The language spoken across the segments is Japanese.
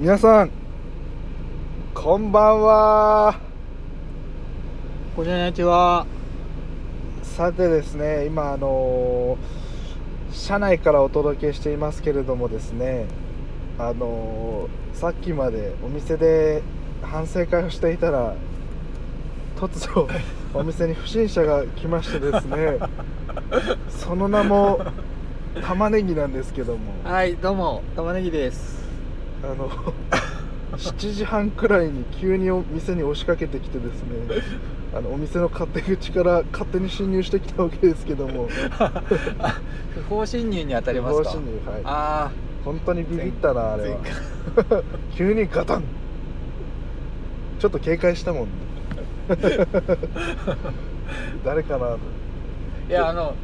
皆さんこんばんはこんにちは。さてですね今あのー車内からお届けしていますけれどもですねあのーさっきまでお店で反省会をしていたら突如お店に不審者が来ましてですねその名も玉ねぎなんですけどもはい、どうも、玉ねぎです。あの7時半くらいに急にお店に押しかけてきてですねあのお店の勝手口から勝手に侵入してきたわけですけども不法侵入に当たります不法か。侵入はいあ本当にビビったなあれは前急にガタンちょっと警戒したもんね 誰かなとあ、いや、あの。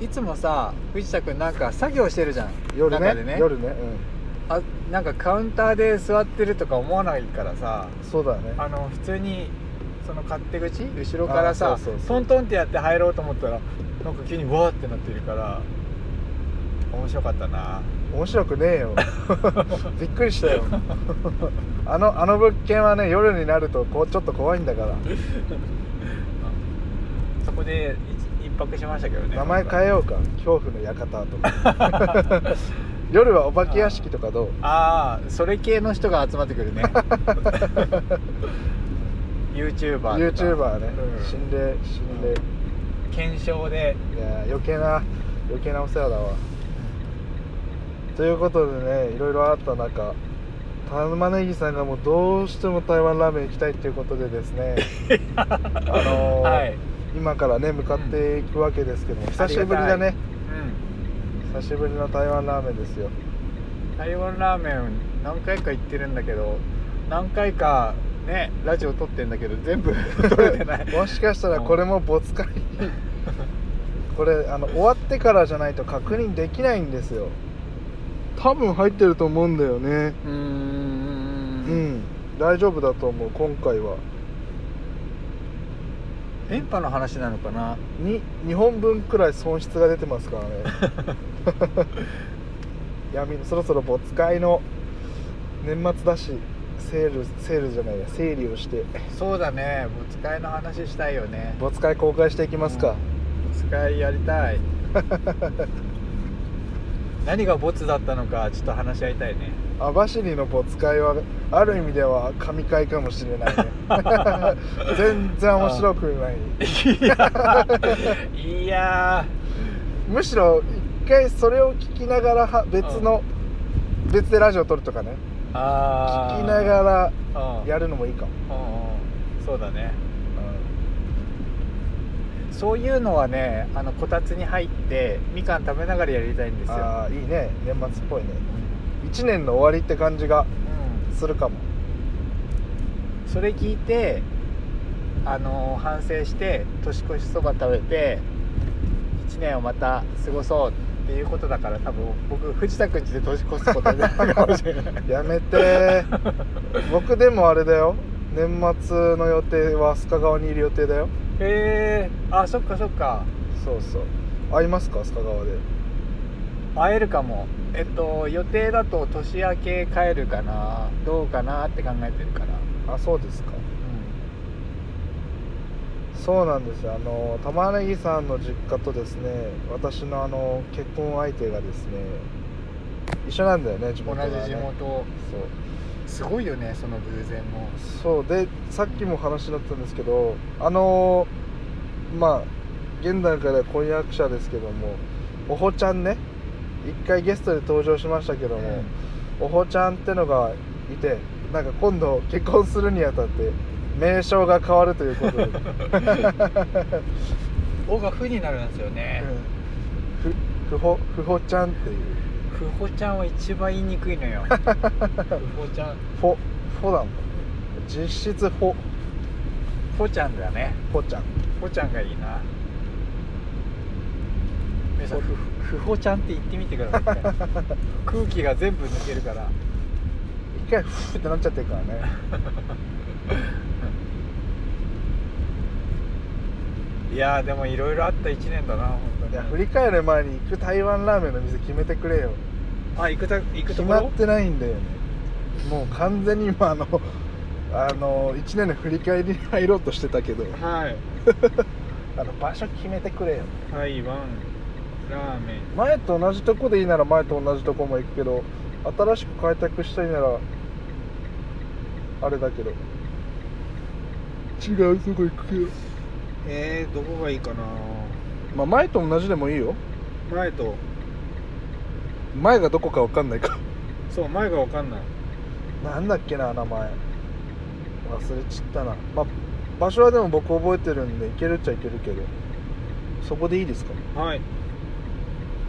いつもさ、藤田君なんか作業してるじゃん。夜中ねで夜ね、あ、なんかカウンターで座ってるとか思わないからさ。うん、そうだねあの、普通に。その勝手口、後ろからあさそうそうそうトントンってやって入ろうと思ったら。なんか急にわーってなってるから。面白かったな。面白くねえ よびっくりしたよあのあの物件はね夜になるとこうちょっと怖いんだからそこで一一泊しましたけどね。名前変えようか恐怖の館とか 夜はお化け屋敷とかどうああそれ系の人が集まってくるね YouTuber とか YouTuber ね、うん心霊心霊、検証でいやー余計な余計なお世話だわということでねいろいろあった中玉ねぎさんがもうどうしても台湾ラーメン行きたいっていうことでです ねあーのはい、今からね向かっていくわけですけども久しぶりあだりがねたい久しぶりの台湾ラーメンですようん、台湾ラーメン何回か行ってるんだけど何回かねラジオ撮ってんだけど全部 撮れてないもしかしたらこれも没回これあの終わってからじゃないと確認できないんですよ多分入ってると思うんだよねうーんうん、大丈夫だと思う今回は電波の話なのかなに2本分くらい損失が出てますからね 闇のそろそろ没回の年末だしセールセールじゃないや整理をしてそうだねもう使いの話したいよね没回公開していきますか、使いやりたい 何がボツだったのかちょっと話し合いたいね 網走の没会はある意味では神回かもしれ ないね全然面白くないいやむしろ一回それを聞きながらは別の別でラジオ撮るとかねー聞あーきながらうんやるのもいいかも、うんうんそうだねうそういうのはねあのこたつに入ってみかん食べながらやりたいんでん、すよ、ああいいね年末っぽいね1年の終わりって感じがうする かもん、それ聞いてあのー反省して年越しそば食べて1年をまた過ごそうっていうことだから多分僕藤田君ちで年越すことになるかもしれないやめて僕でもあれだよ年末の予定は須賀川にいる予定だよへえあそっかそっかそうそう会いますか須賀川で会えるかもえっと予定だと年明け帰るかなどうかなって考えてるからあそうですかそうなんですよあの玉ねぎさんの実家とですね私のあの結婚相手がですね一緒なんだよね地同元が、ね、じ地元すごいよねその偶然もそうそうでさっきも話になったんですけどあのまあ現段階では婚約者ですけどもおほちゃんね一回ゲストで登場しましたけども、おほちゃんってのがいてなんか今度結婚するにあたって名称が変わるということで、おが負になるんですよねふふほふほちゃんっていうふほちゃんは一番言いにくいの よふほちゃんフォフォだもん実質フォほちゃんだねフォちゃんほちゃんがいいな皆さんふふほちゃんって言ってみてください 空気が全部抜けるから一回フってなっちゃってるからね いやーでもいろいろあった1年だな本当にいや振り返る前に行く台湾ラーメンの店決めてくれよあ行くた行くと決こまろってないんだよねもう完全に今あのあの1年の振り返りに入ろうとしてたけどはいあの場所決めてくれよ台湾ラーメン前と同じとこでいいなら前と同じとこも行くけど新しく開拓したいならあれだけど違うとこ行くけどえー、どこがいいかなまあ前と同じでもいいよ前と前がどこか分かんないかそう前がわかんないなんだっけな名前忘れちったな、まあ、場所はでも僕覚えてるんで行けるっちゃ行けるけどそこでいいですかはい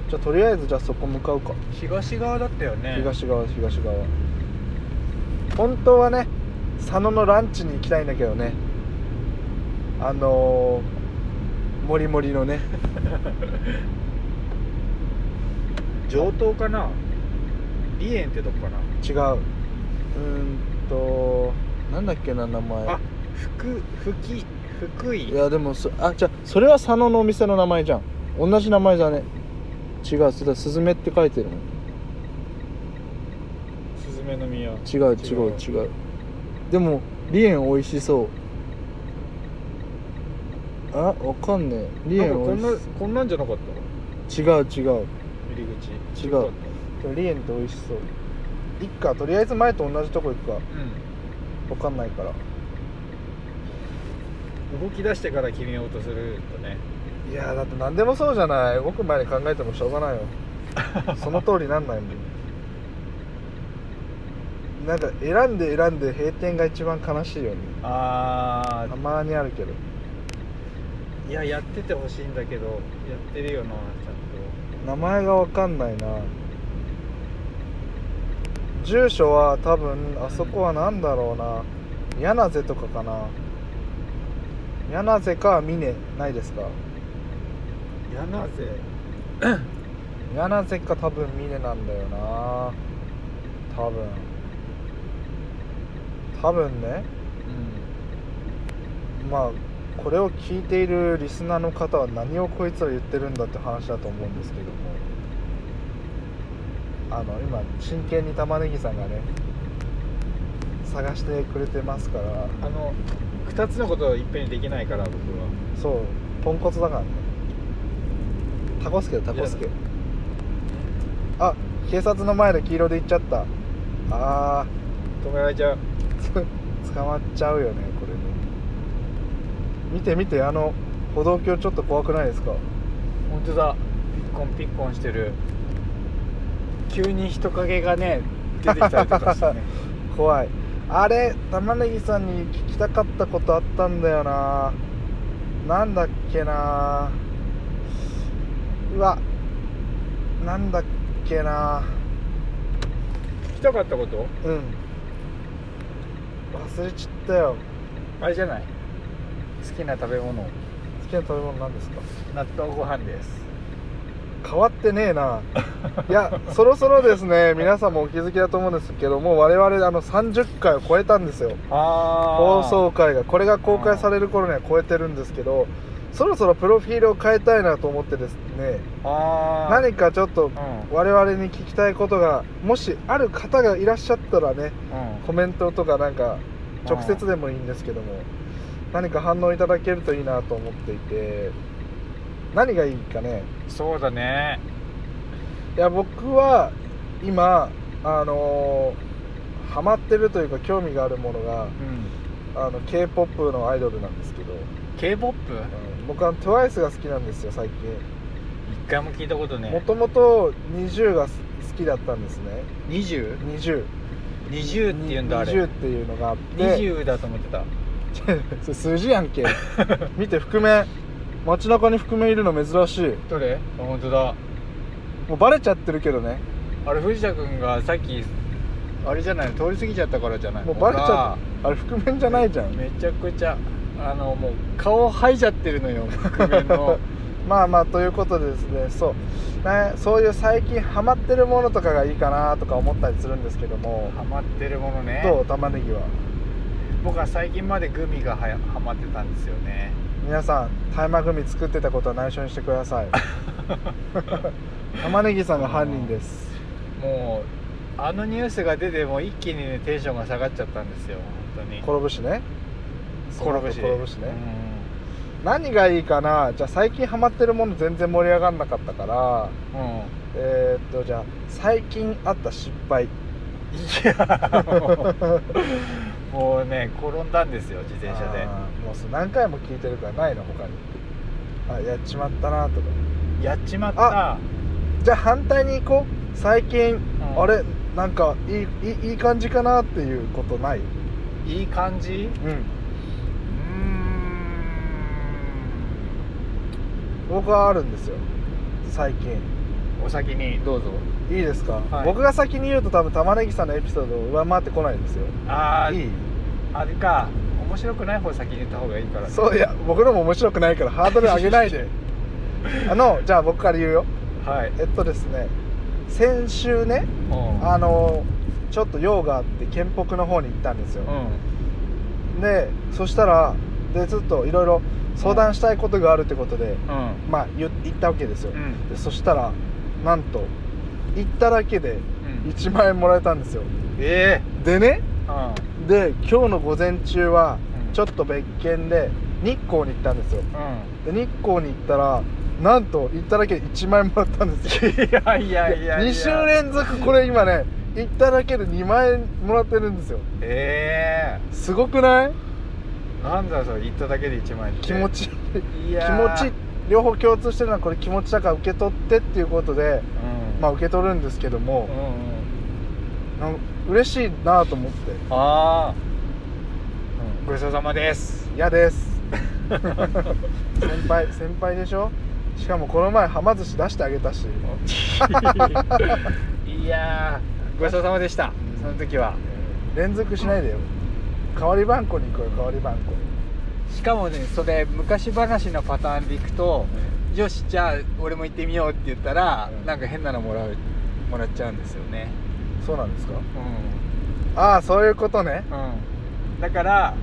じゃあとりあえずじゃあそこ向かうか東側だったよね東側東側本当はね佐野のランチに行きたいんだけどねあのー、もりもりの ね上等かな梨園ってとこかな違ううーんとなんだっけな名前あ福福福井いやでもそあじゃあそれは佐野のお店の名前じゃん同じ名前だね違うそれだスズメって書いてるもんスズメの宮違う違う違うでも梨園美味しそうあわかんねえ梨なんか園美こん味なしこんなんじゃなかっそう違う違うた入り口違うかっリエンって美味しそういっかとりあえず前と同じとこ行くかたう分かんないからん動き出してから決めようとするとねいやーだって何でもそうじゃない動く前に考えてもしょうがないよその通りなんないもんなんか選んで選んで閉店が一番悲しいよねあたまにあるけどーいややっててほしいんだけどやってるよなちゃんと名前が分かんないな住所は多分あそこは何だろうな柳瀬とかかな柳瀬か峰ないですか柳瀬柳瀬か多分峰なんだよな多分多分ねうんまあこれを聞いているリスナーの方は何をこいつら言ってるんだって話だと思うんですけどもあの今真剣に玉ねぎさんがね探してくれてますからあの2つのことをいっぺんにできないから僕はそうポンコツだからねタコスケだタコスいケやあ警察の前で黄色で行っちゃったあ止められちゃうーつ捕まっちゃうよねこれね見て見てあの歩道橋ちょっと怖くないですか本当だピッコンピッコンしてる急に人影がね出てきたりとか してね怖いあれ玉ねぎさんに聞きたかったことあったんだよななんだっけなうわなんだっけな聞きたかったことうん忘れちったよあれじゃない好きな食べ好物きな食べ物なんですか納豆ご飯です変わってねえないやそろそろですね皆さんもお気づきだと思うんですけどもう我々あの30回を超えたんですよあ放送回がこれが公開される頃には超えてるんですけどそろそろプロフィールを変えたいなと思ってですねあー何かちょっとう我々に聞きたいことがもしある方がいらっしゃったらねん、うん、コメントとかなんか直接でもいいんですけども何か反応いただけるといいなと思っていて何がいいかねそうだねいや僕は今あのーハマってるというか興味があるものがうん k p o p のアイドルなんですけど k p o p うん僕は TWICE が好きなんですよ最近一回も聞いたこともねともと NiziU が好きだったんですね 20?20 NiziU って言うんだあれ NiziU っていうのがあって20だと思ってたそれ数字やん け見て覆面街中に覆面いるの珍しいどれあ本当だもうバレちゃってるけどねあれ藤田君がさっきあれじゃない通り過ぎちゃったからじゃないもうバレちゃってあれ覆面じゃないじゃんめちゃくちゃあのもう顔吐いちゃってるのよ覆面のまあまあということでですねそうねそういう最近ハマってるものとかがいいかなとか思ったりするんですけども ハマってるものねどう玉ねぎは僕は最近までグミがはやハマってたんですよね皆さん大麻組作ってたことは内緒にしてく ださい玉ねぎさんが犯人ですもうあのニュースが出てもう一気にねテンションが下がっちゃったんですよ本当に転ぶしね転ぶし転ぶしねう何がいいかなじゃあ最近ハマってるもの全然盛り上がんなかったからん、うんえーっとじゃあ最近あった失敗いやもうもうね転んだんですよ自転車であーもうそれ何回も聞いてるからないの他にあやっちまったなとかやっちまった、じゃあ反対に行こう最近、うんあれなんかいいいいいい感じかなっていうことないいい感じうんうーん僕はあるんですよ最近お先にどうぞいいですか、はい僕が先に言うと多分玉ねぎさんのエピソードを上回ってこないんですよあーいいあれか面白くない方先に言った方がいいからねそういや僕のも面白くないからハードル上げない であのじゃあ僕から言うよはいえっとですね先週ねうんあのちょっと用があって県北の方に行ったんですよう、んでそしたらでずっといろいろ相談したいことがあるってことで、うんまあ言行ったわけですよ、うんでそしたらなんと行っただけでうん1万円もらえたんですよえでねえうんで今日の午前中はうんちょっと別件で日光に行ったんですようんで日光に行ったらなんと行っただけで1万円もらったんですよいやいやいやいや2週連続これ今ね行っただけで2万円もらってるんですよえすごくないえなんだそれ言っただけで1万円って気持ちい気やー持ち両方共通してるのはこれ気持ちだから受け取ってっていうことでうんまあ受け取るんですけどうんも、うんなんか嬉しいなと思ってああごちそうさまです嫌です先輩先輩でしょしかもこの前はま寿司出してあげたしいやーごちそうさまでしたその時は連続しないでよ代わり番号に行こうよ代わり番号しかもねそれ昔話のパターンでいくとよしじゃあ俺も行ってみようって言ったら、うんなんか変なのもらうもらっちゃうんですよねそうなんですかうああそういうことねん、うん、だから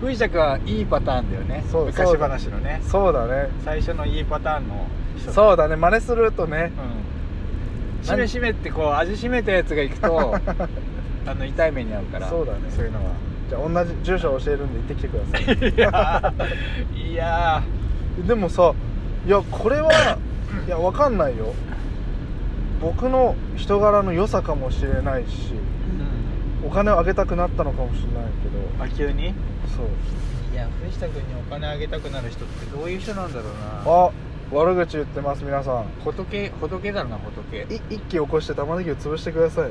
藤田君はいいパターンだよねそう昔話のねそうだね最初のいいパターンの人そうだね真似するとねうんしめしめってこう味しめたやつが行く とあの痛い目に遭うからそうだねそういうのはじゃあ同じ住所教えるんで行ってきてくださ いいやーいやでもさいやこれはいやわかんないよ僕の人柄の良さかもしれないしお金をあげたくなったのかもしれないけどあ急にいそうや藤田君にお金あげたくなる人ってどういう人なんだろうなあ悪口言ってます皆さん仏仏だな仏い一気起こして玉ねぎを潰してください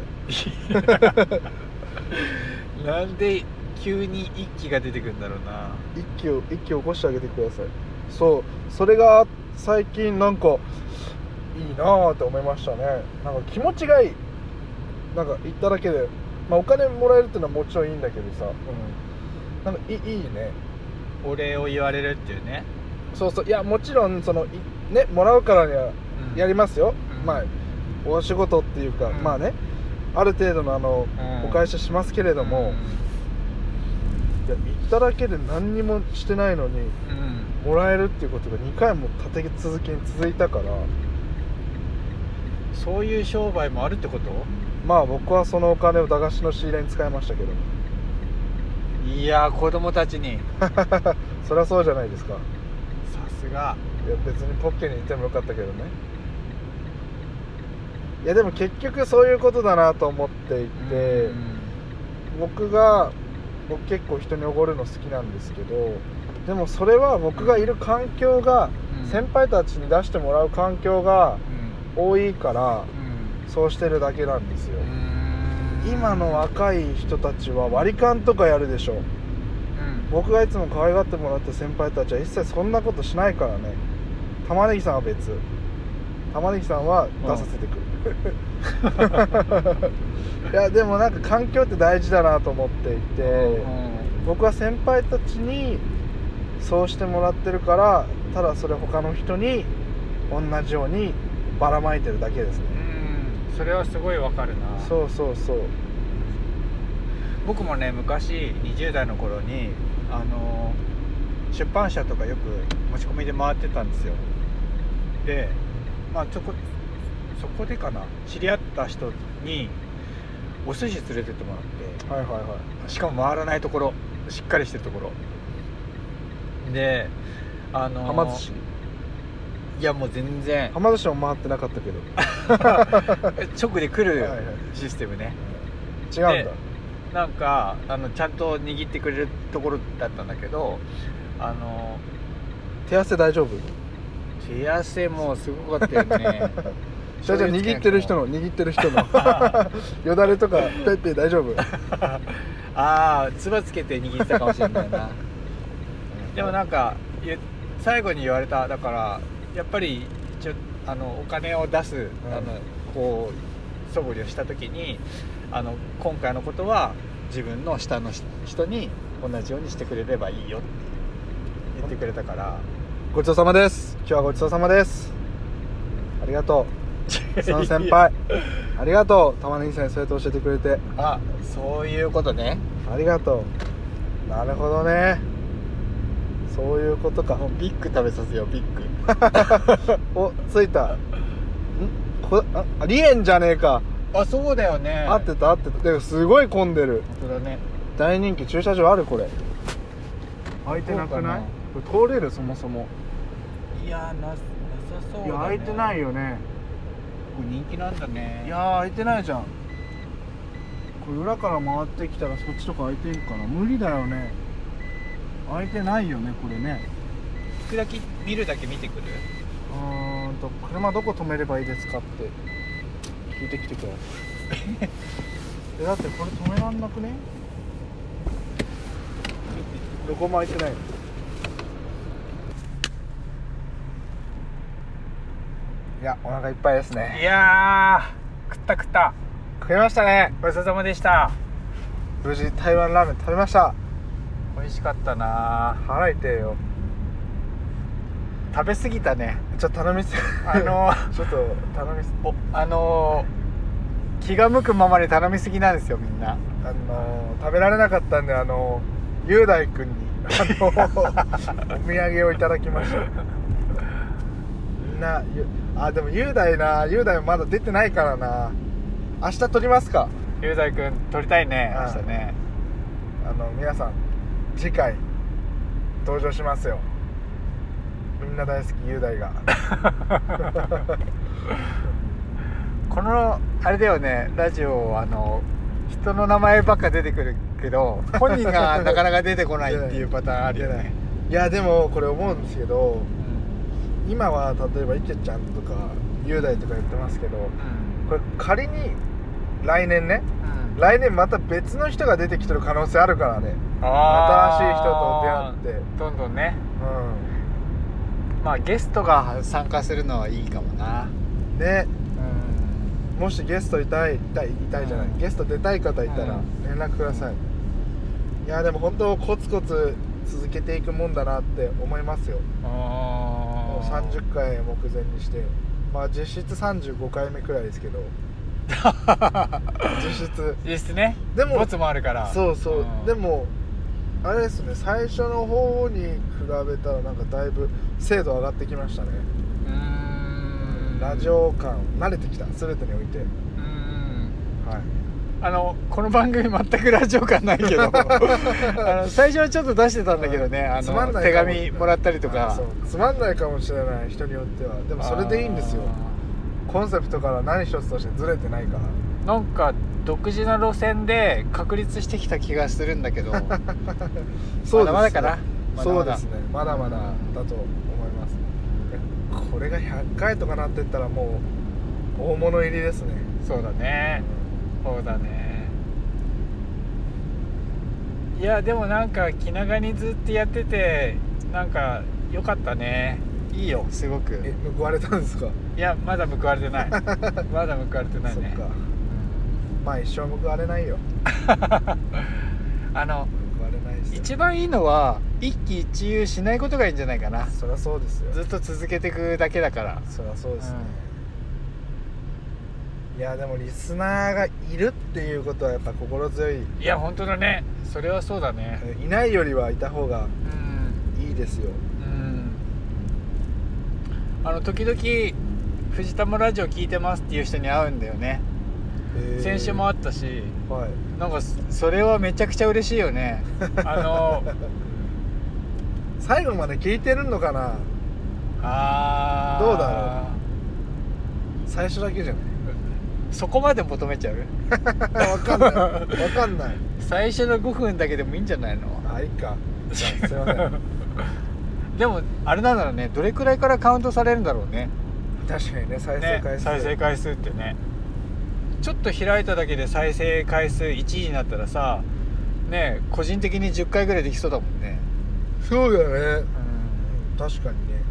なんで急に一気が出てくるんだろうな一気を一気起こしてあげてくださいそうそれが最近なんかいいなぁって思いましたねなんか気持ちがいいなんか行っただけで、まあ、お金もらえるっていうのはもちろんいいんだけどさなんかいいいいねお礼を言われるっていうね、そうそういやもちろんそのいねもらうからにはやりますよ、うんまあお仕事っていうか、うんまあねある程度のあの、うんお返ししますけれども、いや行っただけで何にもしてないのにうん、うんもらえるっていうことが2回も立て続けに続いたからそういう商売もあるってことまあ僕はそのお金を駄菓子の仕入れに使いましたけどいやー子供たちにそりゃそうじゃないですかさすがいや別にポッケにいてもよかったけどねいやでも結局そういうことだなと思っていて、僕が僕結構人におごるの好きなんですけどでもそれは僕がいる環境が、うん先輩たちに出してもらう環境がうん多いからうんそうしてるだけなんですよ、うん今の若い人たちは割り勘とかやるでしょうん僕がいつも可愛がってもらった先輩たちは一切そんなことしないからね玉ねぎさんは別玉ねぎさんは出させてくる、いやでもなんか環境って大事だなと思っていて、うん僕は先輩たちにそうしてもらってるからただそれ他の人に同じようにばらまいてるだけですねうんそれはすごいわかるなそうそうそう僕もね昔20代の頃にあの出版社とかよく持ち込みで回ってたんですよでまあちょこそこでかな知り合った人にお寿司連れてってもらっはいはいはてしかも回らないところしっかりしてるところであのいーはま寿司いやもう全然はま寿司も回ってなかったけど直で来るはいはいシステムね違うんでだなんかあのちゃんと握ってくれるところだったんだけどあの手汗大丈夫手汗もすごかったよ ねじゃあじゃあ握ってる人の握ってる 人のよだれとかペッペ大 丈夫ああつばつけて握ってたかもしれないなでもなんかゆ最後に言われただからやっぱり一応あのお金を出す、うんあのこう素振りをした時にあの今回のことは自分の下の人人に同じようにしてくれればいいよって言ってくれたから ごちそうさまです今日はごちそうさまですありがとうその先 輩ありがとう玉ねぎ先生と教えてくれて あそういうことねありがとうなるほどねそういうことかもうビッグ食べさせようビッグおついたんこああリエンじゃねえかあそうだよね合ってた合ってたでもすごい混んでる本当だね大人気駐車場あるこれ空いこれ通れるそもそもいやななさそうだ、ね、いいよね人気なんだねいやー開いてないじゃんこれ裏から回ってきたらそっちとか開いてるかな無理だよね開いてないよねこれね行くだけ見るだけ見てくるうーんと車どこ止めればいいですかって聞いてきてくださいえだってこれ止めらんなくねどこも開いてないのいやお腹いっぱいですねいやー食った食った食いましたねごちそうさまでした無事台湾ラーメン食べました美味しかったな腹痛いよ食べ過ぎたねちょっと頼みすあの ちょっと頼みすおあのー気が向くままに頼みすぎなんですよみんなあの食べられなかったんであの雄大君にあのお土産をいただきましたみんなゆあでも雄大な雄大まだ出てないからな明日撮りますか雄大君撮りたいねうん明日ねあの皆さん次回登場しますよみんな大好き雄大がこのあれだよねラジオあの人の名前ばっか出てくるけど本人 がなかなか出てこないっていうパターンあるよね、いやでもこれ思うんですけど今は例えば池ちゃんとか雄大とか言ってますけどこれ仮に来年ねうん来年また別の人が出てきてる可能性あるからねあ新しい人とー出会ってどんどんねうまあゲストが参加するのはいいかもなんねうんもしゲストいたいいたいいたいじゃない、うんゲスト出たい方いたらうん連絡ください、いやでも本当コツコツ続けていくもんだなって思いますよもう30回目前にしてまあ実質35回目くらいですけ ど実質実質ねでもボツもあるからそうそう、んでもあれですね最初の方に比べたらなんかだいぶ精度上がってきましたね、うーんラジオ感慣れてきた全てにおいてはうーんいあのこの番組全くラジオ感な いけどあの最初はちょっと出してたんだけどね、うんあつまんのない手かも紙もらったりとあかそうつまんないかもしれない人によってはでもそれでいいんですよコンセプトから何一つとしてずれてないからあーなんか独自な路線で確立してきた気がするんだ けどそうですねまだまだかなまだそまうでだすねまだまだだと思いますこれが100回とかなってったらもう大物入りですねそうだねそうだねいやでもなんか気長にずっとやっててなんか良かったねいいよすごくえ報われたんですかいやまだ報われて ないまだ報われてないそっねかまあ一生報われないよあの報われないし一番いいのは一喜一憂しないことがいいんじゃないかなそりゃそうですよずっと続けていくだけだからそりゃそうですね、いやでもリスナーがいるっていうことはやっぱ心強いいや本当だねそれはそうだねいないよりはいた方がうんいいですようんあの時々「藤田もラジオ聞いてます」っていう人に会うんだよねへー先週もあったしはいなんかそそれはめちゃくちゃ嬉しい よねあの最後まで聞いてるのかなあーどうだ最初だけじゃないそこまで求めちゃう わかんないわかんない最初の5分だけでもいいんじゃないのあいいかじゃあすいませんでもあれなんだろうねどれくらいからカウントされるんだろうね確かにね再生ね回数、再生回数ってねちょっと開いただけで再生回数1位になったらさね個人的に10回ぐらいできそうだもんね、そうだねう、ん、うん、確かにね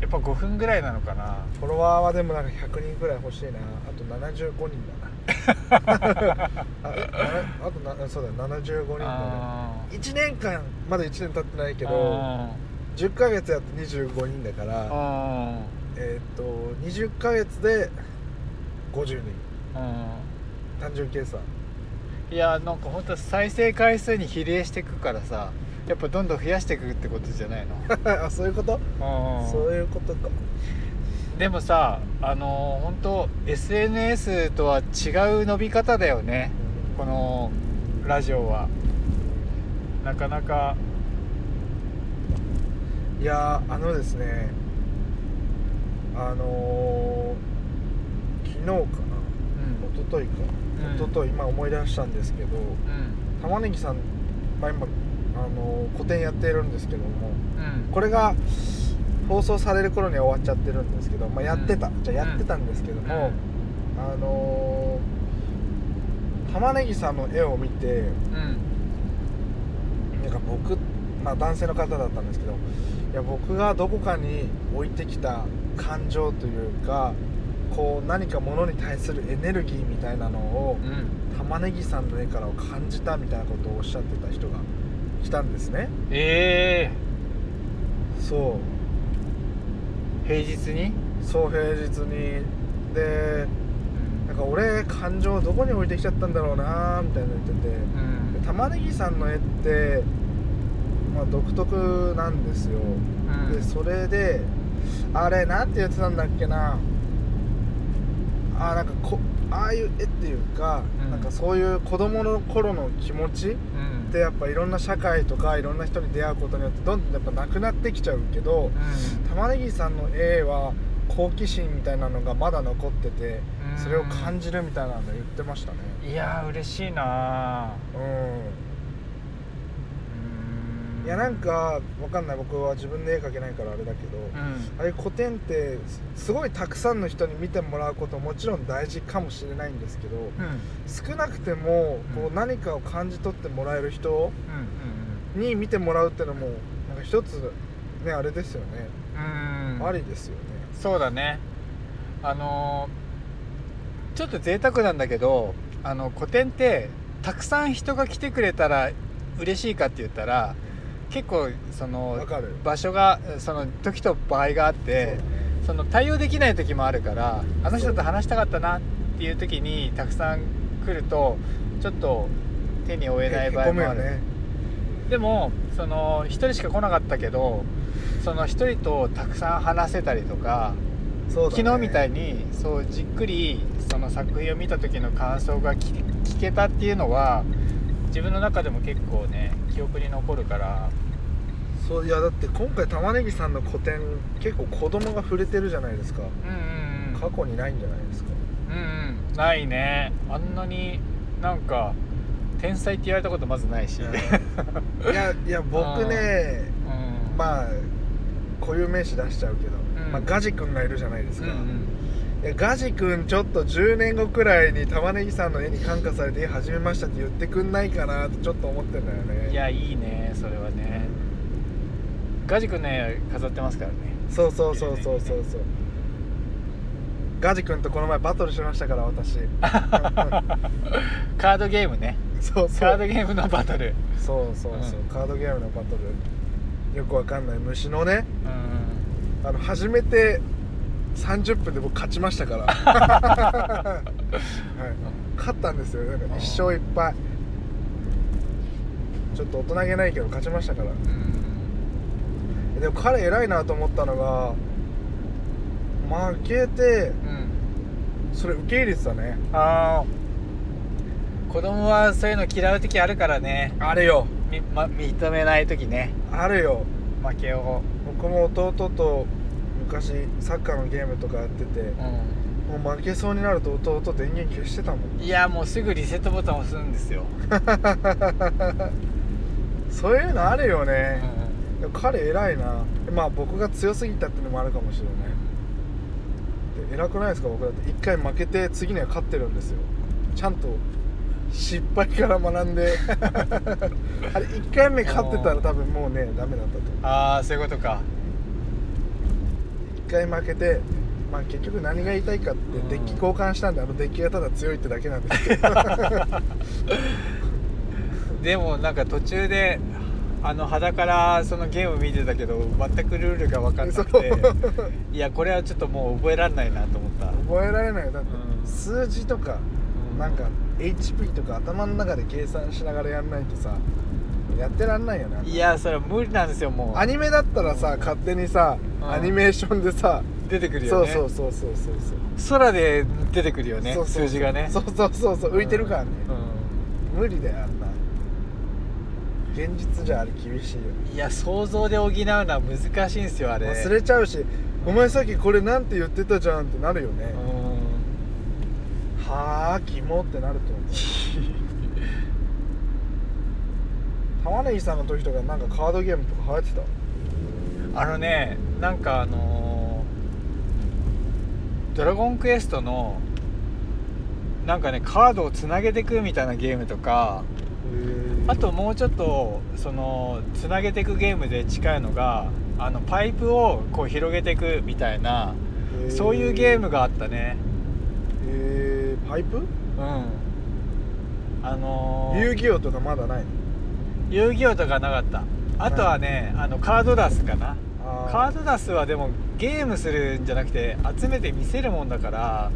やっぱ5分ぐらいなのかなフォロワーはでもなんか100人ぐらい欲しいなあと75人 だなあああとなそうだよ75人だなあー1年間まだ1年経ってないけどあ10ヶ月やって25人だかーらあえーっと20ヶ月で50人ーあ単純計算 ーいやなんか本当再生回数に比例していくからさやっぱどんどん増やしていくってことじ ゃないのあそういうことうんそういうことかでもさあのー本当 SNS とは違う伸び方だよねこのラジオはなかなかいやーあのですねあのー昨日かなうん一昨日かうん一昨日今思い出したんですけどうん玉ねぎさん、まあ、今、あのー個展やってるんですけどもうんこれが放送される頃には終わっちゃってるんですけど、まあ、やってた、じゃあやってたんですけども、あのー玉ねぎさんの絵を見てうんなんか僕、まあ、男性の方だったんですけどいや僕がどこかに置いてきた感情というかこう何かものに対するエネルギーみたいなのをうん玉ねぎさんの絵からを感じたみたいなことをおっしゃってた人が来たんですねええそ平日にうそう平日にでなんか俺感情どこに置いてきちゃったんだろうなみたいなの言っててうんうんで玉ねぎさんの絵って、まあ、独特なんですようんでそれであれなんてやつなんだっけなあーなんかこああいう絵っていうか、うんなんかそういう子供の頃の気持ちうっんてやっぱいろんな社会とかいろんな人に出会うことによってどんどんやっぱなくなってきちゃうけど玉ねぎさんの絵は好奇心みたいなのがまだ残っててうんそれを感じるみたいなの言ってましたねいやー嬉しいなうーうんいやなんかわかんない僕は自分で絵描けないからあれだけど、うんああいう古典ってすすごいたくさんの人に見てもらうことももちろん大事かもしれないんですけど うんうん少なくてもこううん何かを感じ取ってもらえる人うんに見てもらうってのもなんか一つねあれですよね、うんうんありですよねそうだねあのーちょっと贅沢なんだけどあの古典ってたくさん人が来てくれたら嬉しいかって言ったら結構そわのかる場所がその時と場合があってそうだねその対応できない時もあるからあの人と話したかったなっていう時にたくさん来るとちょっと手に負えない場合もあへへこむる、よねでもその1人しか来なかったけどその1人とたくさん話せたりとかそうだね昨日みたいにそうじっくりその作品を見た時の感想が聞聞けたっていうのは自分の中でも結構ね記憶に残るからそういやだって今回玉ねぎさんの個展結構子供が触れてるじゃないですかうんうん過去にないんじゃないですかうん、うんうん、ないねあんなになんか天才って言われたことまずないいし、やいや僕ねうんあまあ固有名詞出しちゃうけど、んまあ、ガジ君がいるじゃないですうんか、うんいやガジ君ちょっと10年後くらいに玉ねぎさんの絵に感化されて始めましたって言ってくんないかなってちょっと思ってんだよねいやいいねそれはねガジ君ね飾ってますからねそうそうそうそうそうそうガジ君とこの前バトルしましたから私 カードゲームねそうそうカードゲームのバトルそうそうそう、うんカードゲームのバトルよくわかんない虫のねうんあの初めて30分で僕勝ちました から、はい、勝ったんですよなんか一勝一敗ちょっと大人げないけど勝ちましたからうんでも彼偉いなと思ったのが負けてうんそれ受け入れてたねあー子供はそういうの嫌う時あるからねあれよみ、ま、認めない時ねあれよ負けを僕も弟と昔サッカーのゲームとかやっててうもう負けそうになると弟電源消してたもんんいやもうすぐリセットボタン押すんですよ、そういうのあるようね、んでも彼偉いなまあ僕が強すぎたってのもあるかもしれないで偉くないですか僕だって一回負けて次には勝ってるんですよちゃんと失敗から学ん であれ1回目勝ってたら多分もうねダメだったと思うああそういうことか1回負けてまあ結局何が言いたいかってうんデッキ交換したんであのデッキがただ強いってだけなんですけどでもなんか途中であの裸からそのゲーム見てたけど全くルールが分かんなくてそういやこれはちょっともう覚えられないなと思った、覚えられないよだってうん数字とかなんか HP とか頭の中で計算しながらやんないとさやってらんないよねいやそれは無理なんですよもアニメだったらさ勝手にさうんアニメーションでさう出てくるそようねそうそうそうそうそう空で出てくるよねそうそう数字がねそうそうそうそう浮いてるからねう無理だよあんな現実じゃあれ厳しいよんいや想像で補うのは難しいんですよあれ忘れちゃうし「お前さっきこれなんて言ってたじゃん」ってなるよねうんはあキモってなると 思う玉ねぎさんの時とかなんかカードゲームとか流行ってたあのねなんかあのードラゴンクエスト」のなんかねカードをつなげてくみたいなゲームとかあともうちょっとそのつなげてくゲームで近いのがあのパイプをこう広げてくみたいなそういうゲームががあったねえーパイプうんあのー遊戯王とかまだないの遊戯王とかなかったあとはねあのカードダスかなあカードダスはでもゲームするんじゃなくて集めて見せるもんだから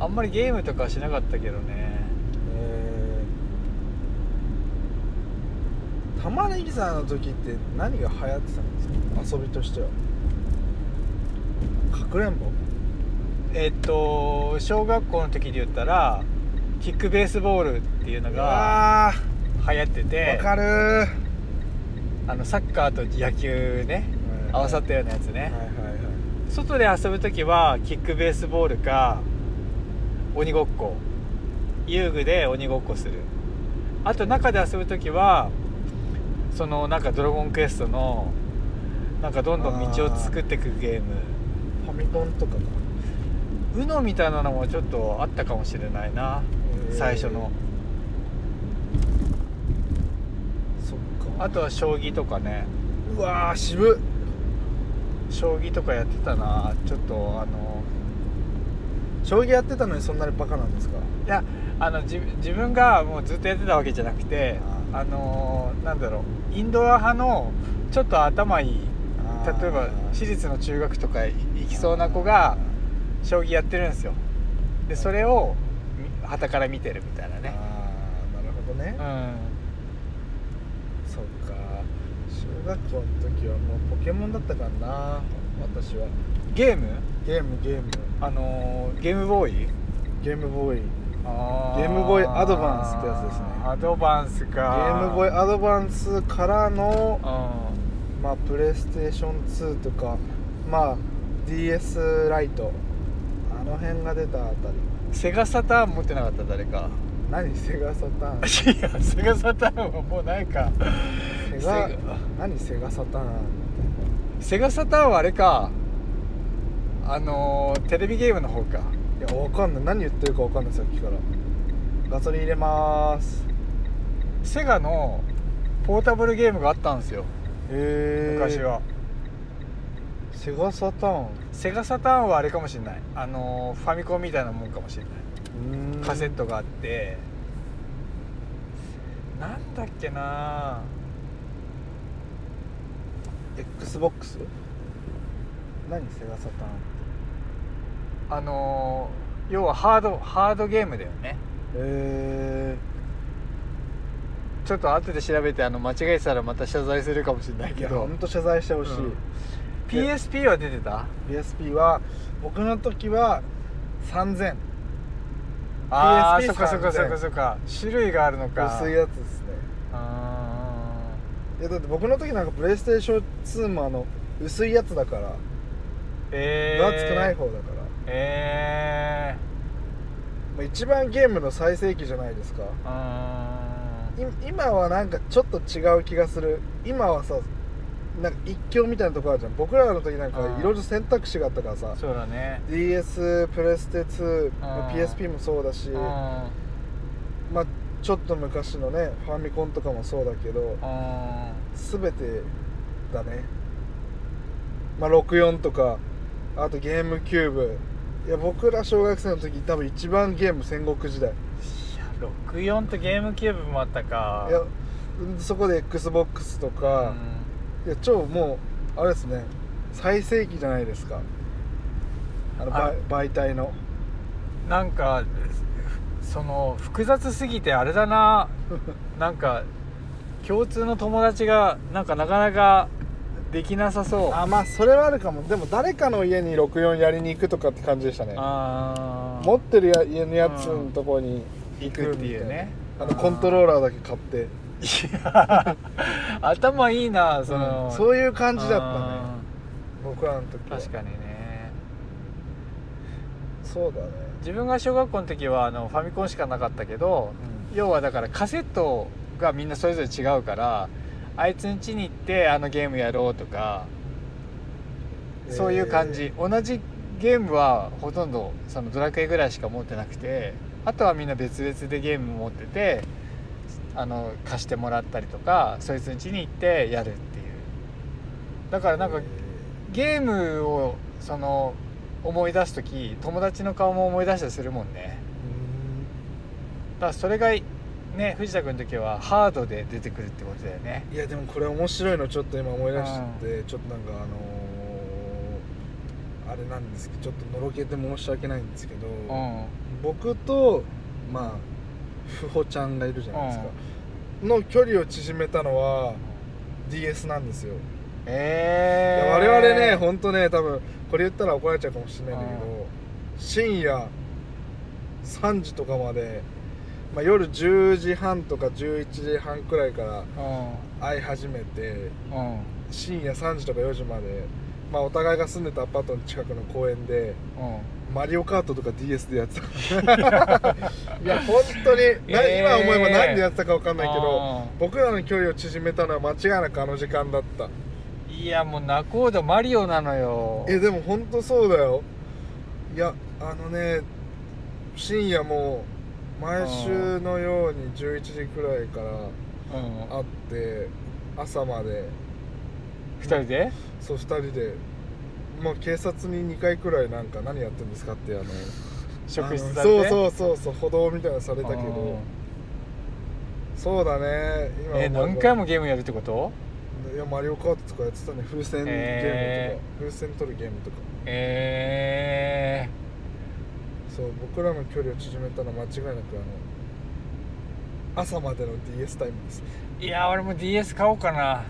あんまりゲームとかはしなかったけどねえー玉ねぎさんの時って何が流行ってたんですか遊びとしてはかくれんぼえっと小学校の時で言ったらキックベースボールっていうのがあ流行ってわてかるーあのサッカーと野球ね合わさったようなやつはいねはいはい外で遊ぶ時はキックベースボールか鬼ごっこ遊具で鬼ごっこするあと中で遊ぶ時はそのなんか「ドラゴンクエスト」のなんかどんどん道を作っていくゲームファミコンとかか UNO みたいなのもちょっとあったかもしれないなへー最初のそっかあとは将棋とかねうわー渋っ将棋とかやってたなちょっとあの将棋やってたのにそんなにバカなんですかいやあの自自分がもうずっとやってたわけじゃなくてああのーなんだろうインドア派のちょっと頭いい例えば私立の中学とか行きそうな子が将棋やってるんですよでそれをはたから見てるみたいなねねあーなるほどねうんそっか小学校の時はもうポケモンだったからな私はゲームゲームゲームあのーゲームボーイゲームボーイゲあゲームボーイアドバンスってやつですねアドバンスかームボーイイアドバンスからのまあプレイステーション2とかまあ DS ライトあの辺が出たあたりうんセガサターン持ってなかった誰か何セガサターンいやセガサターンはもうないかセガ何セガサターンセガサターンはあれかあのーテレビゲームの方かいやわかんない何言ってるかわかんないさっきからガソリン入れまーすセガのポータブルゲームがあったんですよへえ昔は、セガサターンセガサターンはあれかもしれないあのーファミコンみたいなもんかもしれないうーんカセットがあってなんだっけな XBOX 何セガサターンあのー要はハードハードゲームだよねえちょっと後で調べてあの間違えてたらまた謝罪するかもしれなー、いいけやどほんと謝罪してほしい、うん PSP は出てた PSP は僕の時は3000ああ PSP そっかそっかそっかさそっか種類があるのか薄いやつですねあいやだって僕の時なんかプレイステーション2もあの薄いやつだからーえ分ー、厚くない方だから、えまあ、一番ゲームの最盛期じゃないですかー、あい今はなんかちょっと違う気がする今はさなんか一強みたいなとこあるじゃん僕らの時なんかあーいろいろ選択肢があったからさーそうだね DS プレステ2あー PSP もそうだしうんうんまあちょっと昔のねファミコンとかもそうだけど全てだねまあ64とかあとゲームキューブいや僕ら小学生の時多分一番ゲーム戦国時代いや64とゲームキューブもあったかいやそこで XBOX とうか、んいや超もうあれですね最盛期じゃないですかあのあば媒体のなんかその複雑すぎてあれだ ななんか共通の友達がなんかなかなかできなさそうあまあそれはあるかもでも誰かの家に64やりに行くとかって感じでしたねあー持ってるや家のやつのとこに行行くくっってていいううねねあのコントローラーだけ買っていや頭いいなその、うんそういういう感じだったね僕らの時は確かにねそうだね自分が小学校の時はあのファミコンしかなかったけど要はだからカセットがみんなそれぞれ違うからあいつん家に行ってあのゲームやろうとかそういう感じ、同じゲームはほとんどそのドラクエぐらいしか持ってなくてあとはみんな別々でゲーム持っててあの貸してもらったりとかそいつん家に行ってやるっていうだからなんかゲームをその思い出す時友達の顔も思い出したりするもんねだからそれがね藤田君の時はハードで出てくるってことだよねいやでもこれ面白いのちょっと今思い出しちゃってちょっとなんかあのーあれなんですけどちょっとのろけて申し訳ないんですけど、うん僕とまあふほちゃんがいるじゃないですか、の距離を縮めたのは DS なんですよ、いえやえー、我々ねほんとね多分これ言ったら怒られちゃうかもしれないんだけど、深夜3時とかまで、まあ、夜10時半とか11時半くらいからう会い始めてんうん深夜3時とか4時まで、まあ、お互いが住んでたアパートの近くの公園でうんマリオカートとか DS でやってた いや本当に、なえー今思えば何でやってたか分かんないけどあ僕らの距離を縮めたのは間違いなくあの時間だったーいやもうナコードマリオなのよえでも本当そうだよいやあのね深夜もう毎週のように11時くらいからうん、会って朝まで二人でそう2人でもう警察に2回くらいなんか何やってるんですかってあの職質あのだってそううそうそうそう歩道みたいなのされたけどそうだね今思ええば何回もゲームやるってこといやマリオカートとかやってたね風船ゲームとか、え風船取るゲームとかえそう僕らの距離を縮めたのは間違いなくあの朝までの DS タイムですねえー、いや俺も DS 買おう かな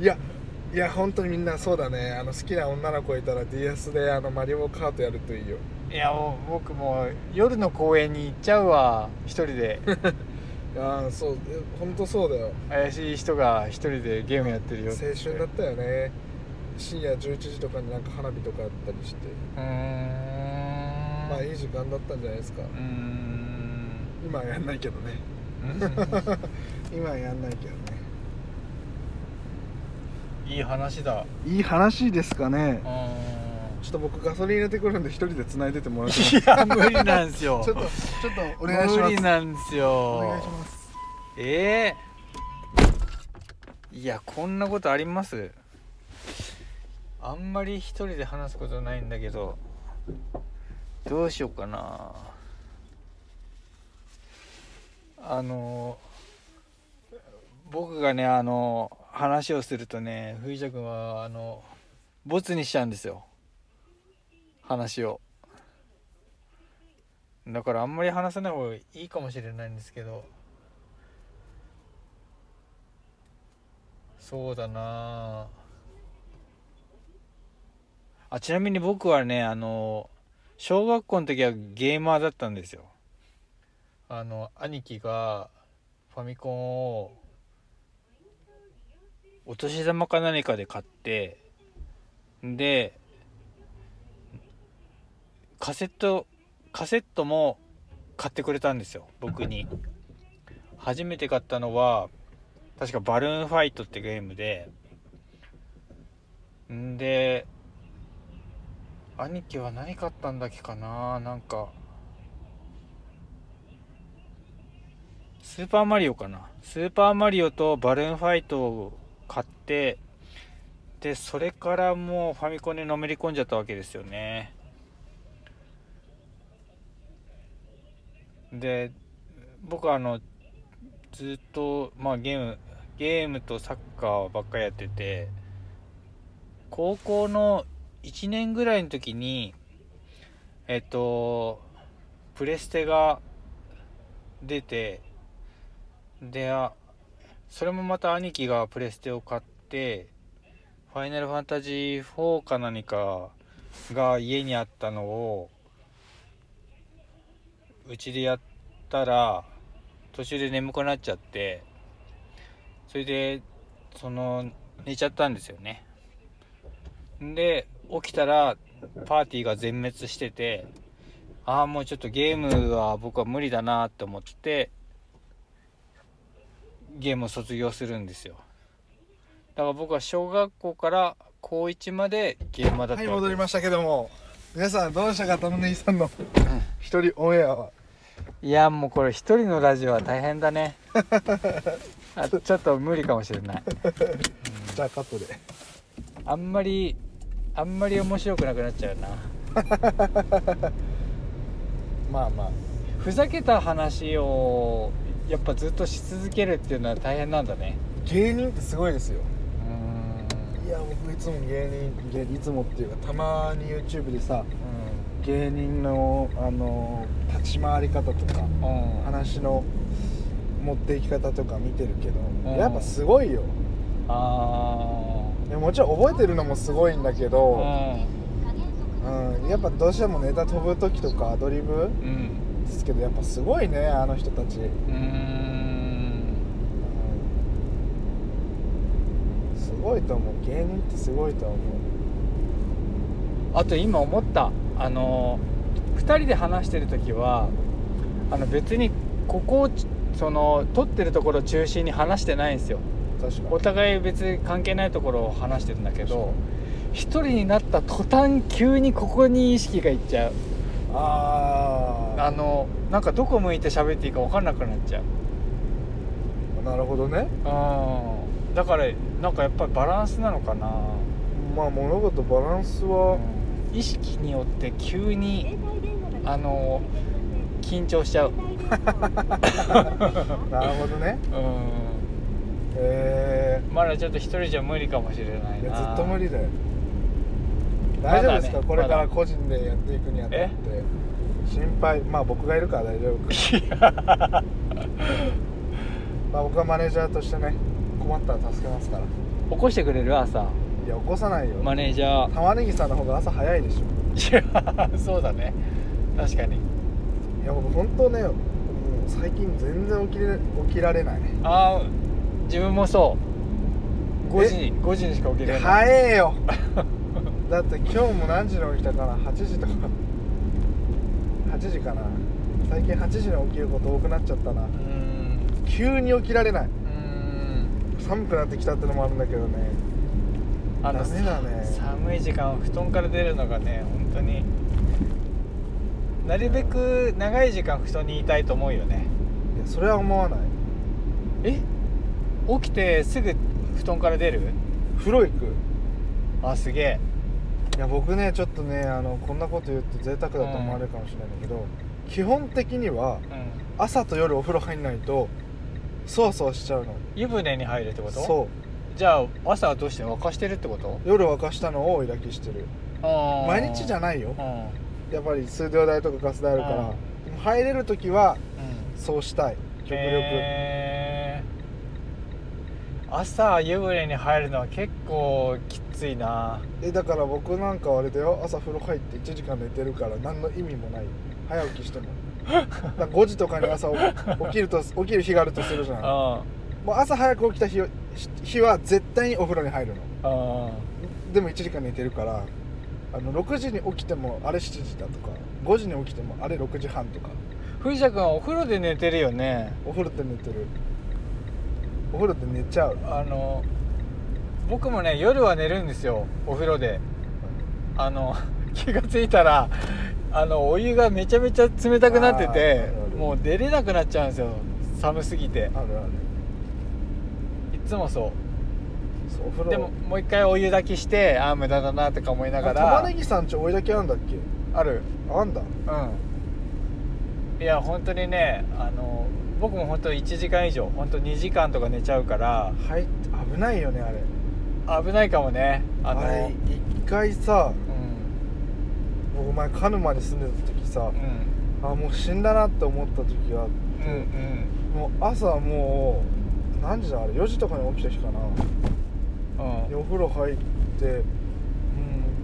いやいや本当にみんなそうだねあの好きな女の子いたら DS であのマリオカートやるといいよいやもう僕もう夜の公園に行っちゃうわ一人でああそうえ本当そうだよ怪しい人が一人でゲームやってるよ青春だったよね深夜11時とかになんか花火とかあったりして、うーんまあいい時間だったんじゃないですかうーん今はやんないけどね今はやんないけどねいい 話だいい話ですかねうーんちょっと僕ガソリン入れてくるんで一人で繋いでてもらってもいや無理なんですよ ちょっと、ちょっとお願いします。無理なんですよお願いします。ええいやこんなことありますあんまり一人で話すことないんだけどどうしようかなあの僕がねあの話をするとね藤田君はあのボツにしちゃうんですよ話をだからあんまり話さない方がいいかもしれないんですけどそうだなああちなみに僕はねあの小学校の時はゲーマーだったんですよあの兄貴がファミコンをお年玉か何かで買ってでカセットカセットも買ってくれたんですよ僕に初めて買ったのは確かバルーンファイトってゲームでんで兄貴は何買ったんだっけかななんかスーパーマリオかなスーパーマリオとバルーンファイトを買ってでそれからもうファミコンにのめり込んじゃったわけですよねで僕はあのずっと、まあ、ゲームゲームとサッカーばっかりやってて高校の1年ぐらいの時にえっとプレステが出てであそれもまた兄貴がプレステを買って「ファイナルファンタジー4」か何かが家にあったのをうちでやったら途中で眠くなっちゃってそれでその寝ちゃったんですよねで起きたらパーティーが全滅しててああもうちょっとゲームは僕は無理だなって思ってゲームを卒業するんですよだから僕は小学校から高1までゲーマーだはったわけいです戻りましたけども皆さんどうでしたか玉ねぎさんの一人オンエアはいやもうこれ一人のラジオは大変だ ねあちょっと無理かもしれないじゃあカットであんまりあんまり面白くなくなっちゃうなまあまあふざけた話をやっぱずっとし続けるっていうのは大変なんだね芸人ってすごいですようーんいや僕いつも芸人芸いつもっていうかたまに YouTube でさ芸人のあの立ち回り方とかうんうん話の持っていき方とか見てるけど、うんやっぱすごいよあでももちろん覚えてるのもすごいんだけーど、うん、やっぱどうしてもネタ飛ぶ時とかアドリブうんうんですけどやっぱすごいねあの人たち、うんうーんすごいと思う芸人ってすごいと思うあと今思ったあの2人で話してる時はあの別にここをその撮ってるところを中心に話してないんですよ確かお互い別に関係ないところを話してるんだけど一人になった途端急にここに意識がいっちゃうああのなんかどこ向いて喋っていいか分かんなくなっちゃうあなるほどねうんだからなんかやっぱりバランスなのかな、まあ物事バランスは意識によって急にあの緊張しちゃうなるほどねうんえまだちょっと一人じゃ無理かもしれないー、いやなずっと無理だよま大だ丈ね夫ですか、これかまらだ個人でやっていくにあたって心配まあ僕がいるから大丈夫か まあ僕はマネージャーとしてね困ったら助けますからい起こしてくれる朝や起こさないよ、マネージャー玉ねぎさんの方が朝早いでしょいや そうだね確かにいや僕本当ねもう最近全然起きれ起きられないあー自分もそう5時に5時にしか起きいれなやい早えよだって今日も何時に起きたかな8時とか8時かな最近8時に起きること多くなっちゃったなうーん急に起きられないうーん寒くなってきたってのもあるんだけどねあのダメだねさ寒い時間布団から出るのがね本当になるべく長い時間布団にいたいと思うよねいやそれは思わないえ起きてすぐ布団から出る風呂行くあすげえいや僕ねちょっとねあのこんなこと言うと贅沢だと思われるかもしれないんだけど、基本的にはうん朝と夜お風呂入んないとそわそわしちゃうの湯船に入るってことそうじゃあ朝はどうして沸かしてるってこと夜沸かしたのを追い焚きしてる毎日じゃないないようんうんやっぱり数量代とかガス代あるから、でも入れる時はそうしたい極力、へー朝湯船に入るのは結構きついなえだから僕なんかはあれだよ朝風呂入って1時間寝てるから何の意味もない早起きしても だ5時とかに朝起き起きると起きる日があるとするじゃんあもう朝早く起きた日日は絶対にお風呂に入るのああでも1時間寝てるからあの6時に起きてもあれ7時だとか5時に起きてもあれ6時半とか藤田君はお風呂で寝てるよねお風呂で寝てるお風呂で寝ちゃうあの僕もね夜は寝るんですよお風呂であの 気がついたらあのお湯がめちゃめちゃ冷たくなってあーあてるあるもう出れなくなっちゃうんですよ寒すぎてあるあるいつもそそうお風う呂でももう一回お湯炊きしてああ無駄だなとか思いながらあ玉ねぎさんち追いだけあんだっけあるあんだうんいや本当にねあの僕も本当1時間以上本当2時間とか寝ちゃうからはい危ないよねあれ危ないかもねああのれ一回さうん僕前鹿沼に住んでた時さうんあもう死んだなって思った時がうんうんもう朝もう何時だあれ4時とかに起きた日かなうんでお風呂入ってう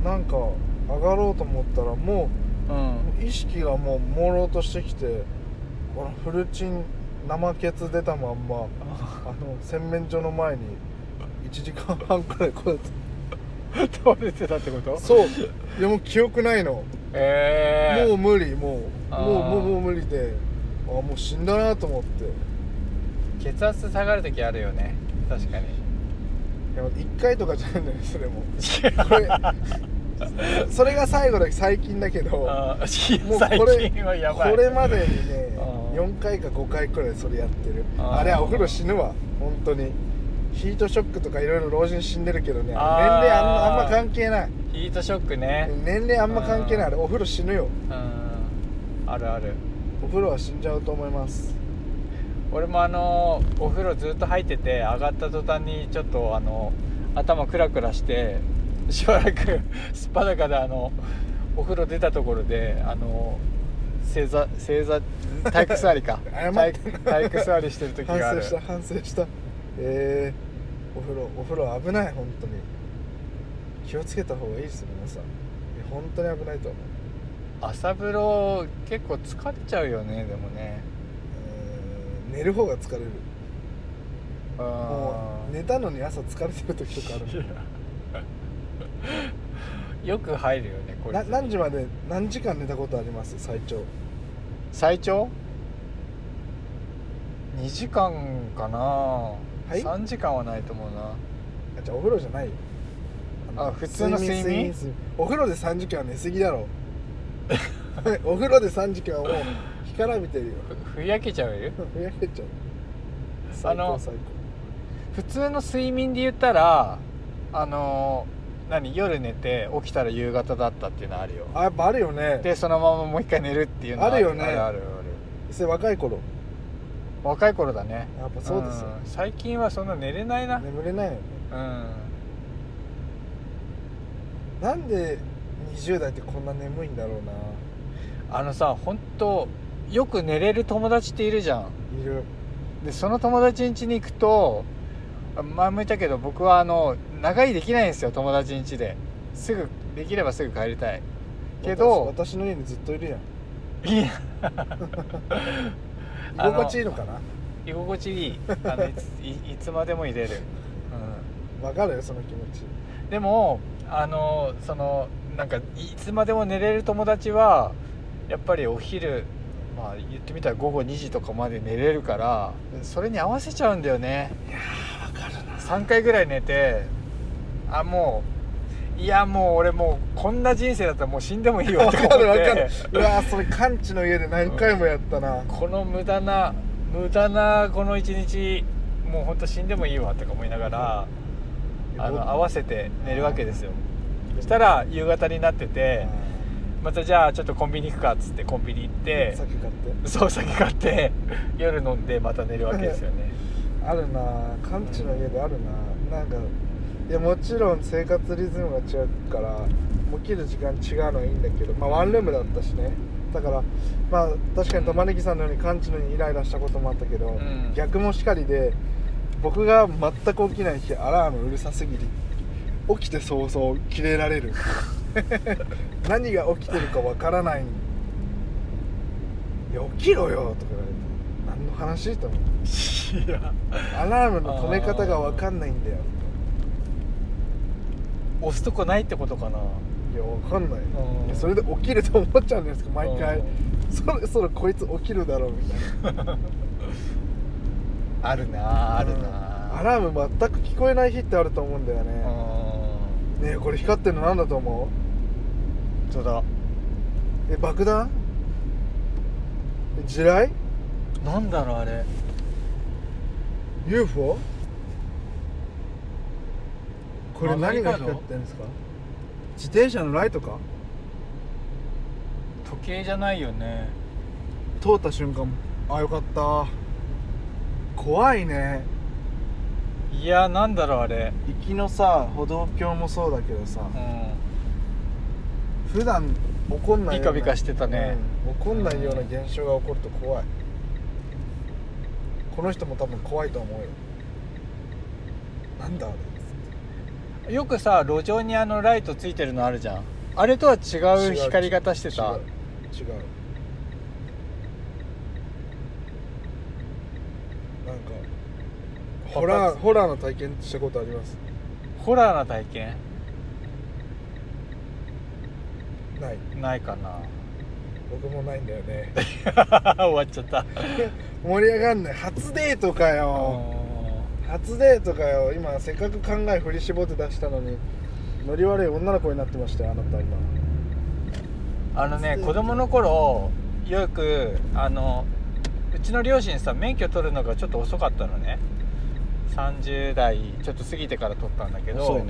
んなんか上がろうと思ったらもうんう意識がもう朦朧としてきてこのフルチン生ケツ出たまんまあの洗面所の前に1時間半くらいこうやって倒れてたってことそういやもう記憶ないのええもう無理もうあーもうもうもう無理であもう死んだなと思って血圧下がる時あるよね確かにいや1回とかじゃないんだよそ れもこれそれが最後だけ最近だけどあーもう 最これ近はやばいこれまでにねあー4回か5回くらいそれやってるあーあれはお風呂死ぬわ本当にヒートショックとかいろいろ老人死んでるけどね年齢ああーんまあんま関係ないヒートショックね年齢あんま関係ないああーれお風呂死ぬようんあるあるお風呂は死んじゃうと思います俺もあのお風呂ずっと入ってて上がった途端にちょっとあの頭クラクラして しばらく すっぱだかであのお風呂出たところであの正座正座体育座りか 謝体って育体育座りしてる時反があ省るした反省したえー、お風呂お風呂危ない本当に気をつけた方がいいです皆さんいや本当に危ないと思う朝風呂結構疲れちゃうよねでもねうーん寝る方が疲れるうもんう寝たのに朝疲れてる時と かあるよく入るよねこもんれな何時まで何時間寝たことあります最長最長2時間かな、い3時間はないと思うなあじゃあお風呂じゃないよのあ普通の睡眠お風呂で3時間は寝すぎだ ろ お風呂で3時間はもう干からびてるよ ふふやけちゃうよふやけちゃうあ最高の最高普通の睡眠で言ったらあのー何夜寝て起きたら夕方だったっていうのあるよあやっぱあるよねでそのままもう一回寝るっていうのあるよねあるあるあるそれ若い頃若い頃だねやっぱそうですよん最近はそんな寝れないな、眠れないよねうんなんで20代ってこんな眠いんだろうなあのさ本当よく寝れる友達っているじゃんいるでその友達ん家に行くとあ前も言ったけど僕はあの長居できないんですよ友達ん家ですぐできればすぐ帰りたいけど私私の家にずっといるやんいや 居あの心地いいのかな居心地いいあのいつい いつまでもいれる、わかるよその気持ちうん、でもあのそのなんかいつまでも寝れる友達はやっぱりお昼まあ言ってみたら午後2時とかまで寝れるからそれに合わせちゃうんだよねわかるな3回ぐらい寝てあもういやもう俺もうこんな人生だったらもう死んでもいいわ わって思かるわっかるてうわーそれ完治の家で何回もやったな、この無駄な無駄なこの一日もうほんと死んでもいいわとか思いながらあの合わせて寝るわけですよそしたら夕方になっててまたじゃあちょっとコンビニ行くかっつってコンビニ行ってさっき買ってそう酒買って 夜飲んでまた寝るわけですよねあるな完治の家であるななんかいやもちろん生活リズムが違うから起きる時間違うのはいいんだけどまあワンルームだったしねだからまあ確かに玉ねぎさんのように完治の家にイライラしたこともあったけど、ん逆もしかりで僕が全く起きない日アラームうるさすぎて起きて早々キレられる何が起きてるかわからないいや起きろよ」とか言われて「何の話?」と思っていや「アラームの止め方が分かんないんだよ」押すとこないってことかないや分かんないうんいやそれで起きると思っちゃうんですか毎回うんそろそろこいつ起きるだろうみたいなあるなああるうんなアラーム全く聞こえない日ってあると思うんだようんね本ねえこれ光ってるの何だと思当だうえ爆弾え地雷なんだろうあれ UFO これ曲が何りが角光ってんですか自転車のライトか時計じゃないよね通った瞬間あよかった怖いねいやなんだろうあれ行きのさ歩道橋もそうだけどさうん普段起こんないようなビカビカしてたね、うん起こんないような現象が起こると怖いこの人も多分怖いと思うよなんだあれよくさ路上にあのライトついてるのあるじゃんあれとは違う光り方してた違う違うなんかホラーホラーの体験したことありますホラーな体験ないないかな僕もないんだよね 終わっちゃった盛り上がんない初デートかよ初デートかよ今せっかく考え振り絞って出したのにノリ悪い女の子になってましたよあなた今あのね子供の頃よくあのうちの両親さ免許取るのがちょっと遅かったのね30代ちょっと過ぎてから取ったんだけど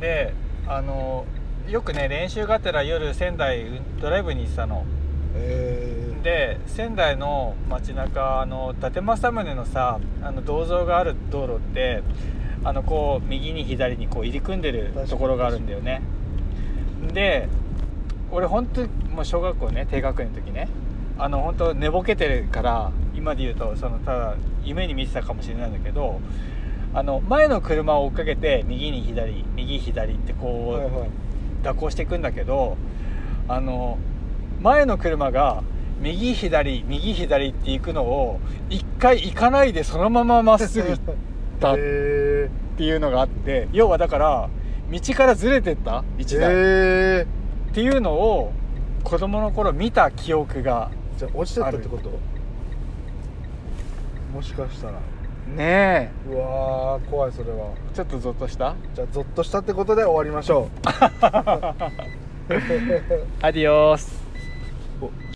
であのよくね練習がてら夜仙台ドライブに行ってたのえー、で仙台の街中あの伊達政宗のさあの銅像がある道路ってあのこう右に左にこう入り組んでる確かにところがあるんだよねで俺本当もう小学校ね低学年の時ねあの本当寝ぼけてるから今で言うとそのただ夢に見てたかもしれないんだけどあの前の車を追っかけて右に左右左ってこはう、いはい蛇行していくんだけどあの前の車が右左右左って行くのを一回行かないでそのまままっす ぐ行ったっえていうのがあって要はだから道からずれてったー、一台っえていうのを子供の頃見た記憶がー、じゃあ落ちてったってこともしかしたらねうわー怖いそれはえちょっとゾッとしたじゃあゾッとしたってことで終わりましょうアディオス